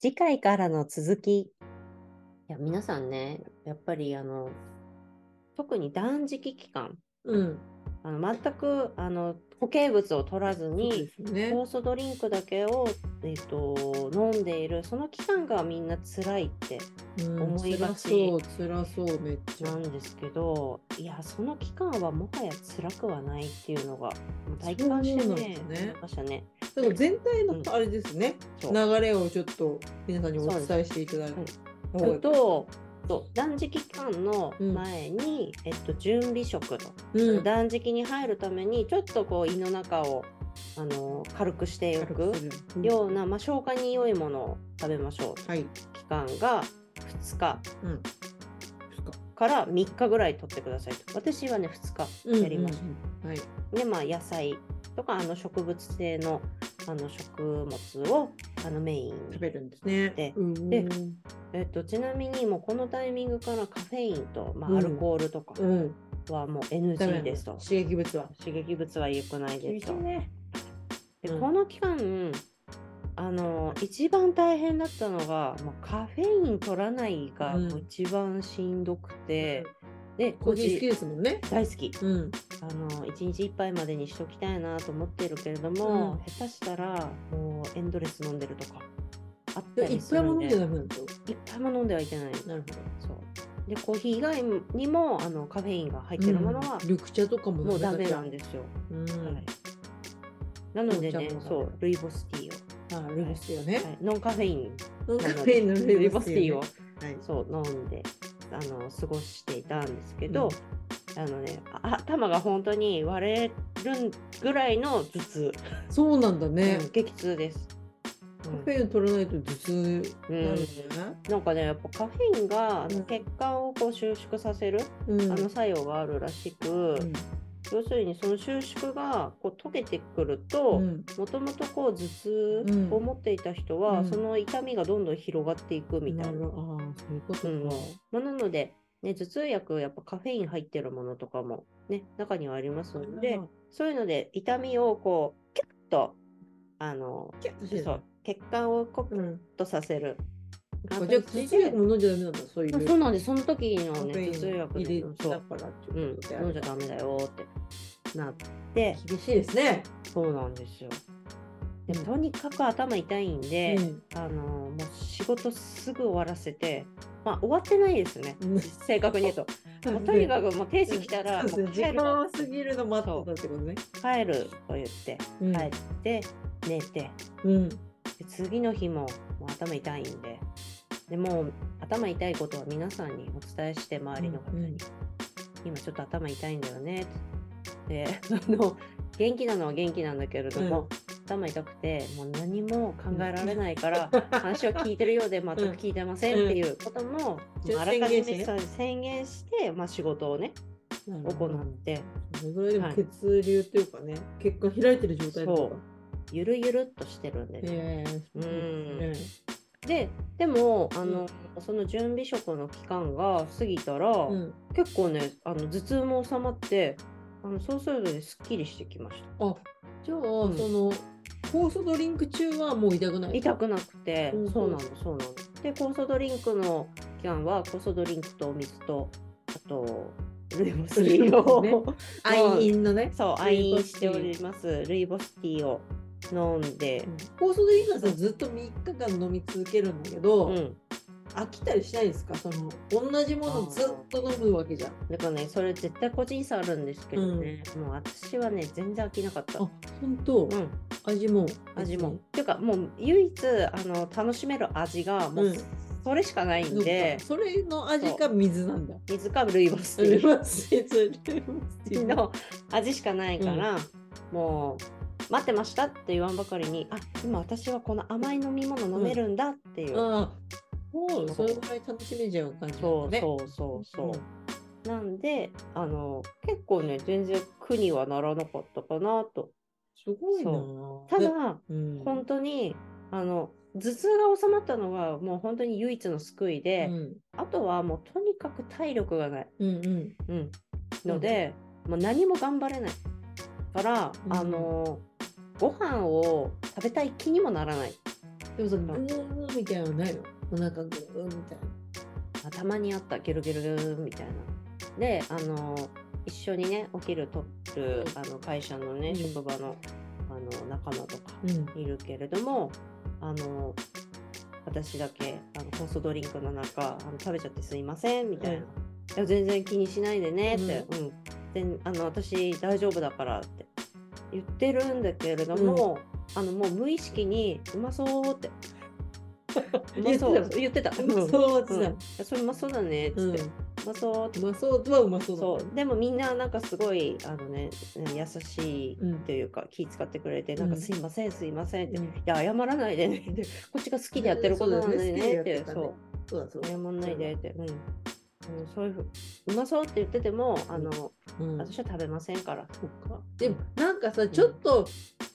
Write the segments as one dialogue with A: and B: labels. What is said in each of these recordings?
A: 次回からの続き。いや、皆さんね、やっぱりあの、特に断食期間、
B: うん。
A: あの全くあの固形物を取らず
B: そう
A: に
B: で、すね。
A: 酵素ドリンクだけを、えっと飲んでいる、その期間がみんな辛いって
B: うん
A: 思いがち
B: 辛そう、辛そう、めっち
A: な
B: ゃ
A: ん。ですけど、いや、その期間はもはや辛くはないっていうのが、体感して
B: そうなん
A: ね
B: です、ね
A: ましたね。
B: だから全体の
A: うん
B: あれですね、
A: そう
B: 流れをちょっと皆さんにお伝えしていただいて
A: そうで。
B: 方が
A: それとそう断食期間の前に、えっと、準備食と、
B: うん、
A: 断食に入るためにちょっとこう胃の中をあの軽くしておく
B: うん
A: ような、まあ、消化に良いものを食べましょう
B: はい、
A: 期間が2日
B: うん、
A: から3日ぐらい取ってくださいと私はね2日やりました、
B: た。はい、
A: でまあ野菜とかあの植物性のあの食物をあのメイン
B: 食
A: に
B: べるんですね。
A: で
B: うん
A: でえっと、ちなみにもうこのタイミングからカフェインと、ま
B: うん
A: あ、アルコールとか
B: うん、
A: はもう
B: ダメ
A: NG
B: なん
A: ですと、
B: 刺激物は。
A: 刺激物は良くないですと、
B: ね。
A: で
B: うん
A: この期間あの一番大変だったのがもうカフェイン取らないが
B: うん
A: もう一番しんどくて、で
B: コーヒー好き
A: 5時
B: ですもんね。
A: 大好き
B: うん、
A: あの1日1杯までにしときたいなと思ってるけれども、
B: うん
A: 下手したらもうエンドレス飲んでるとかあった
B: で
A: り
B: いっ
A: す
B: ぱい
A: る
B: も
A: ん
B: 飲
A: で
B: んじゃダメなんですよ。
A: いっぱいも飲んではいけない
B: なるほど。
A: そうでコーヒー以外にもあのカフェインが入ってるものは
B: うん緑茶とかも
A: もうダメなん
B: で。
A: ですよ、
B: うん、
A: はい、なのでね
B: 紅茶もダメ
A: そうルイボスティーを
B: あ、ルイボスティーをね。
A: はいノンカフェイン
B: うん
A: な
B: カ
A: の
B: フ
A: で
B: ェインの
A: ルイボスティーを
B: ね。はい。
A: そう飲んであの過ごしていたんですけど、あのねあ頭が本当に割れるぐらいの頭痛、
B: そうなんだね。
A: うん激痛です、う
B: カ
A: ん
B: フェイン取らないと頭痛になるんだよね。
A: なんかねやっぱカフェインがあの
B: うん
A: 血管をこう収縮させる、
B: うん。
A: あの作用があるらしく、要するにその収縮がこう溶けてくると
B: うん
A: もともとこう頭痛を持っていた人は、
B: うん
A: その痛みがどんどん広がっていくみたいな。
B: るほどああ、そういうことか。
A: うんまあ、なので、ね、頭痛薬やっぱカフェイン入ってるものとかも、ね、中にはありますのでそういうので痛みをこうキュッとあの
B: キュッとしてる
A: そう血管をこうキュッ
B: うん。
A: とさせる。
B: じゃあ、口中も飲んじゃダメなんだ、そういう。
A: あそうなんでその時
B: カ
A: の、
B: フェイ
A: ね、
B: ン
A: 頭痛薬
B: 入
A: で、
B: れ
A: そ
B: た
A: う、
B: からって
A: うん、
B: いうことであ
A: 飲んじ
B: れ
A: ゃダ
B: ば
A: メだよってなって。
B: 厳しいですね。
A: そうなんですよ。で
B: うん
A: とにかく頭痛いんで、
B: うん
A: あのもう仕事すぐ終わらせて、まあ終わってないですね。正確に言うと、もうとにかくもう定時来たら
B: そう
A: も
B: で
A: う
B: す
A: 帰
B: ね時
A: る
B: 間を過ぎるの待ってたってことね。
A: 帰ると言って
B: うん
A: 帰って寝て、
B: うん。
A: で次の日ももう頭痛いんで、でもう頭痛いことは皆さんにお伝えして周りの方に、
B: うんうん
A: 今ちょっと頭痛いんだよねってであの元気なのは元気なんだけれども、
B: うん
A: 頭痛くてもう何も考えられないから話を聞いてるよう で全く聞いてませんっていうことも、
B: うん
A: まああらかじ
B: 宣言し
A: め
B: てね
A: そう宣言して、まあ、仕事をね
B: なる
A: 行
B: ほど
A: って
B: そのぐらいでも血流というかね、血管開いてる状態だから
A: そうゆるゆるっとしてるんで、ね
B: ええそうです
A: ででもあの、その準備食の期間が過ぎたら、
B: ねうん。
A: 結構ねあの頭痛も収まってあのそうするとねすっきりしてきました。
B: あ、じゃあ、
A: ん
B: その酵素ドリンク中はもう痛くない。
A: 痛くなくて、
B: うん
A: そうなのそうなので酵素ドリンクの期間は酵素ドリンクとお水とあとルイボスティ ーを、
B: ルイボ愛飲のね。
A: そう
B: ルイ
A: 愛
B: ボ
A: 飲
B: ス
A: し
B: ティ
A: て
B: ー
A: おりますルイボスティーを飲んで、
B: 酵素ドリンクはさずっと3日間飲み続けるんだけど、
A: うん、
B: 飽きたりしないですかその同じものずっと飲むわけじゃん。
A: だからねそれ絶対個人差あるんですけどね、もう私はね全然飽きなかった
B: あ、本当、
A: うん
B: 味も
A: 味も。っていうかもう唯一あの楽しめる味がもううんそれしかないんで
B: で、、それの味が水なんだ。
A: 水かルイボステ
B: ル
A: ィ
B: イ
A: ー
B: ボスティールイボスティー
A: の味しかないから、もう待ってましたって言わんばかりにあ今私はこの甘い飲み物飲めるんだっていう、
B: ああ、もうそれぐらい楽しめちゃう感じな
A: そ
B: ん
A: う
B: だね。
A: そうそうそう、
B: うん
A: なんであの結構ね全然苦にはならなかったかなと
B: すごいなあ。
A: ただ、
B: うん、
A: 本当にあの頭痛が収まったのはもう本当に唯一の救いで、
B: うん
A: あとはもうとにかく体力がない、
B: うんうん。
A: うん、ので、もう何も頑張れないから、
B: うん
A: あのご飯を食べたい気にもならない
B: でもそのグーみたいなのないのお腹グーみたい
A: あたまにあったゲルゲルゲルみたいな。であの一緒にねお昼取るあの会社のね、
B: うん
A: 職場のあの仲間とか
B: な。うん。
A: いるけれどもあの私だけあの酵素ドリンクの中あの食べちゃってすいませんみたいな、
B: うん
A: いや全然気にしないでねって、うん全あの私大丈夫だからって言ってるんだけれども、あのもう無意識にうまそう ってうまそう
B: 言って
A: 言ってた
B: うまそうって
A: うん
B: さ
A: いやそれうまそうだねっ
B: う
A: つ
B: ん。
A: って、う
B: う
A: まそうって
B: まそうとはうまそうだ。
A: そうでもみんななんかすごいあのね優しい
B: うん
A: というか気使ってくれて、なんか
B: うん
A: すいませんすいませんって
B: うん。
A: いや、謝らないでねって、こっちが好きでやってることなのにねって、
B: そ
A: そうう,、
B: だねそうだそうだ
A: 謝。んないでって、うん。うんそういうふう、うまそうって言ってても、あの、
B: うん
A: 私は食べませんから。
B: でもなんかさちょっと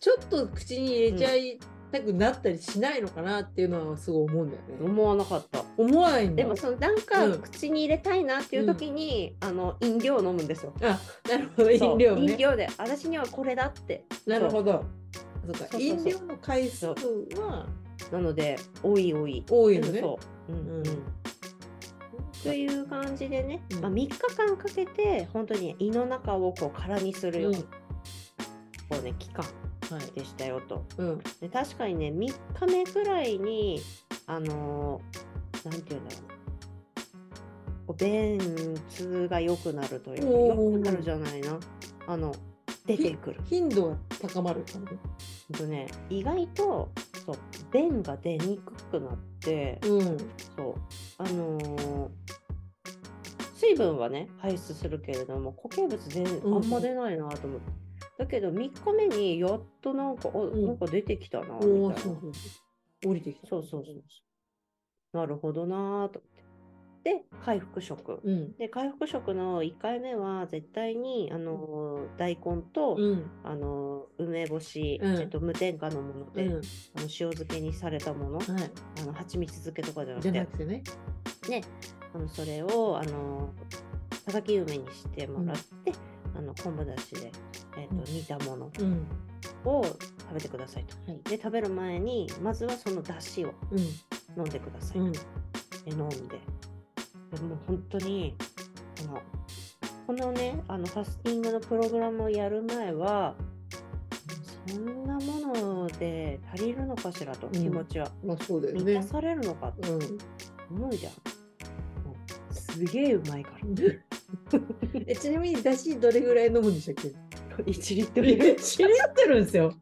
B: ちょっと口に入れちゃいたくなったりしないのかなっていうのはすごい思うんだよね。
A: 思わなかった。
B: 思わないん
A: で
B: だ。
A: も、その、なんか、
B: うん
A: 口に入れたいなっていう時に、あの、飲料を飲むんですよ。
B: あなるほど
A: そう
B: 飲料ね
A: 飲。料で、私にはこれだって。
B: なるほど。そうか
A: そうそうそう
B: 飲料の回数は
A: なので、おいおい。
B: 多いよね。
A: そう。うん、
B: う
A: うんん。という感じでね、
B: うん
A: まあ、3日間かけて本当に胃の中をこう空にするような、
B: うん
A: こうね、期間
B: はい。
A: でしたよと
B: うん。
A: で確かにね3日目くらいにあのーなんていうんだろうなこう便通が良くなるというか
B: おー
A: 良くなるじゃないなあの出てくる
B: 頻度が高まる感
A: ほんとね意外とそう便が出にくくなって
B: じ。うん。
A: そうあのー水分はね排出するけれども固形物全
B: うん
A: あんま出ないなと思って、だけど3日目にやっとなんか、あ
B: ん
A: なんか出てきたなみたい
B: おお
A: な
B: ー、そうそうそう。降りてきた。
A: そうそうそうそうなるほどなーと思ってで回復食
B: うん。
A: で回復食の1回目は絶対にあのー大根と、
B: うん。
A: あのー梅干し、
B: うん
A: えっと、無添加のもの
B: う
A: で、
B: ん。
A: あ
B: は
A: の塩漬けにされたもの
B: い。
A: あの蜂蜜漬けとかじゃな
B: じ
A: く
B: ゃな
A: て
B: くてね。
A: あのそれをあのたたき梅にしてもらって、あの昆布だしで、えーと
B: うん
A: 煮たもの
B: うん。
A: を食べてくださいと。
B: はい。
A: で食べる前にまずはそのだしを
B: う
A: 飲んでください、
B: ん。
A: で
B: うん。
A: 飲んででもう本当にあのこのねあのファスティングのプログラムをやる前はそんなもので足りるのかしらと、
B: ん
A: 気持ちは
B: まあそうだよ
A: 満た
B: ね。
A: されるのかって
B: うん。
A: 思うじゃん、もうすげえうまいから
B: えちなみにだしどれぐらい飲むんでしたっけ
A: 1リットル
B: 1リットルですよ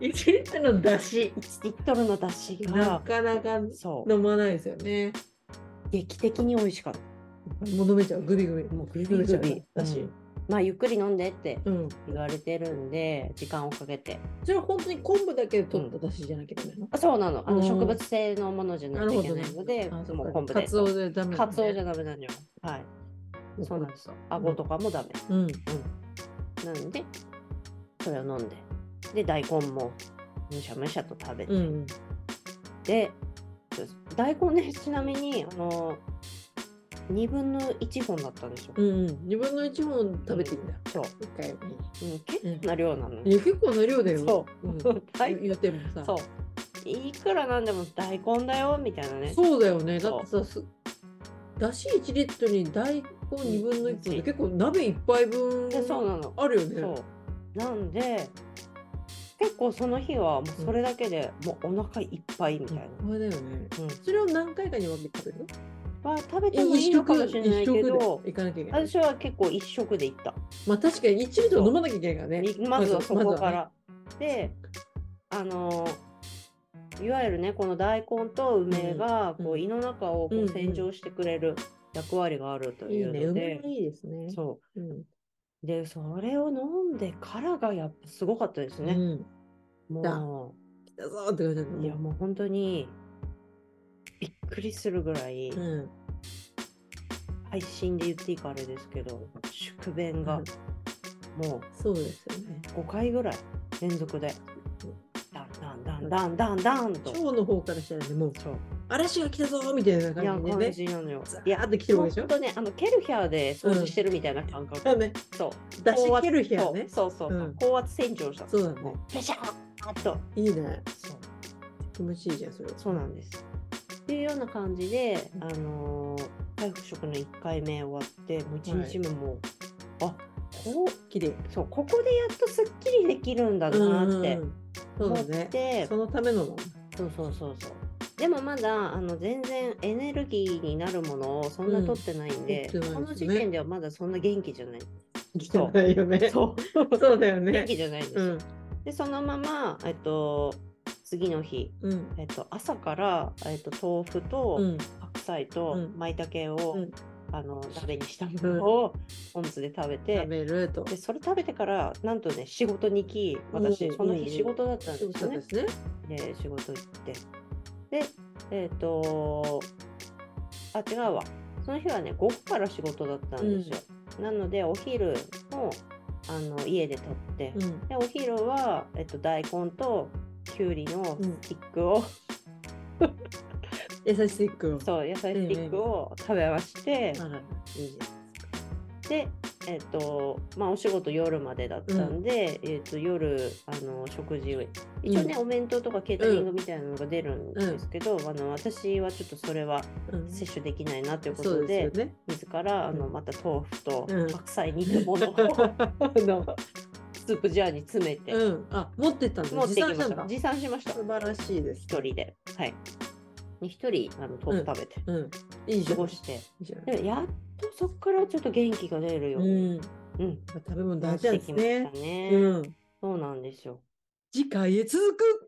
B: 1リットルのだし
A: 1リットルの出汁
B: な
A: が
B: かなか飲
A: そう
B: まないですよね
A: 劇的に美味しかった
B: もう飲めちゃうグビグビ
A: もうグビグビ
B: 飲めちゃうだし
A: うんまあゆっくり飲んでって
B: うん
A: 言われてるんで時間をかけて
B: それは本当に昆布だけで取っただしじゃなきゃダメなの、
A: あそうなのあ
B: う
A: の
B: ん
A: 植物性のものじゃ
B: な
A: ない
B: る
A: といけ
B: ほどね
A: ないので
B: あそ
A: も
B: う
A: う
B: か
A: 昆布
B: カ
A: で
B: ツオでダメ
A: カツオじ
B: ゃ
A: ゃダメなんじゃんはいそうなんですよ顎とかもダメ
B: うん
A: なんでそれを飲んでで大根もむしゃむしゃと食べて、
B: うん
A: でそうです大根ねちなみにあの2分の1本だったんですよ、
B: うんうん2分の1本食べていいんだ
A: そう
B: 一回
A: うん、結構な量なの、
B: え結構な量だよ、
A: そう
B: ん、
A: う 大
B: 言ってもさ
A: そういくらなんでも大根だよみたいなね
B: そうだよね。だ
A: そ
B: っ
A: う
B: てさ、すだし1リットルに大根2分の1って
A: うん
B: 結構鍋1杯分
A: でそうなの
B: あるよね。
A: そうなんで結構その日はもうそれだけでもうお腹いっぱいみたいな、
B: これだよね。
A: うん
B: それを何回かに分けて食べる
A: は食べてもいいのかもしれないけど
B: でいかなきゃいけない。
A: 私は結構一食でいった
B: まあ確かに1リットル飲まなきゃいけないからね。
A: みまずはそこか
B: ね
A: ら。で、あのーいわゆるね、この大根と梅が
B: うん
A: こ
B: う
A: うん胃の中をこ
B: うんう
A: うん洗浄してくれる役割があると
B: い
A: い
B: いうね。
A: の
B: 梅
A: で
B: も、いいですね。
A: そ
B: うん。
A: う。で、それを飲んでからがやっぱすごかったです
B: う
A: ね。
B: ん。だ
A: も
B: 来たぞーって感じだ
A: う、いや
B: ね。
A: もう本当にびっくりするぐらい、
B: うん。
A: 配信で言っていいかあれですけど、宿便がも
B: そうですよね。
A: う5回ぐらい連続で、だんだんだんだんだんだんと。
B: 腸の方からしたらね、もう
A: そう
B: 嵐が来たぞーみたいない
A: や
B: 感じで
A: 感
B: ね。
A: じなのよ。い
B: いやー
A: や、
B: って来てるわ
A: 本
B: けでしょ。
A: 当ね、あのケルヒャーで掃除してるみたいな感覚。
B: だね。
A: そう。
B: 出し切る日はね。
A: そうそうそう
B: うん
A: 高圧洗浄した。
B: そうだね。
A: ペシャーっと。
B: いいね。
A: そう。
B: 気持ちいいじゃんそれは
A: そうなんです。っていうような感じで、あのー、回復食の1回目終わってもう1日目もう、あこう
B: 綺麗
A: そうここでやっとすっきりできるんだなって
B: そう
A: 思
B: だ
A: っ
B: ね
A: て、
B: そのため のも
A: そうそうそうそうでもまだあの全然エネルギーになるものをそんな取ってないんで、
B: うん取って
A: こ
B: ない
A: の
B: です
A: 時
B: ね
A: 点ではまだそんな元気じゃない、
B: 来てないよね
A: そう
B: そうだよ
A: 元
B: ね
A: 気じゃないんです
B: う
A: よ、
B: ん
A: でそのままえっと次の日、
B: うん
A: えっと、朝から、えっと、豆腐と
B: うん
A: 白菜と
B: うん
A: 舞茸を、
B: うん
A: あの鍋にしたものをポン酢で食べて、
B: 食べると
A: でそれ食べてからなんとね仕事に行き
B: う
A: 私
B: ん
A: その日仕事だったんです
B: そう
A: よね。
B: ですね
A: で仕事行ってでえっ、とあ違うわその日はね午後から仕事だったんですよ、なのでお昼もあの家で取って、
B: うん
A: でお昼は、えっと大根ときゅうりの
B: うん
A: スティックを、
B: 優しいく
A: そう野菜スティックを食べまして、
B: あらいいじ
A: でえっ、とまあお仕事夜までだったんで、えっ、と夜あの食事を一応ね、お弁当とかケータリングみたいなのが出るんですけど、あの私はちょっとそれは
B: ゃんうん
A: 摂取できないなというこ
B: そ
A: と
B: う
A: で
B: ですよね
A: 自らあの
B: うん
A: また豆腐と
B: うん
A: 白菜煮た ものを
B: の
A: スープジャーに詰めて
B: うんあ持ってったんだ
A: 持ってきま
B: 持
A: し
B: 参
A: た
B: んだ
A: 持参しました
B: 素晴らしいです
A: 一人ではいで一人あの豆腐食べて
B: うんいい
A: 過
B: じゃんい
A: ごして
B: いじゃん
A: でやっとそこからちょっと元気が出るよう
B: う
A: に
B: ん
A: うん
B: 食べ物
A: な
B: 大
A: っ
B: 事なん
A: て
B: です
A: きましたね
B: ねうん
A: そうなんですよ
B: 次回へ続く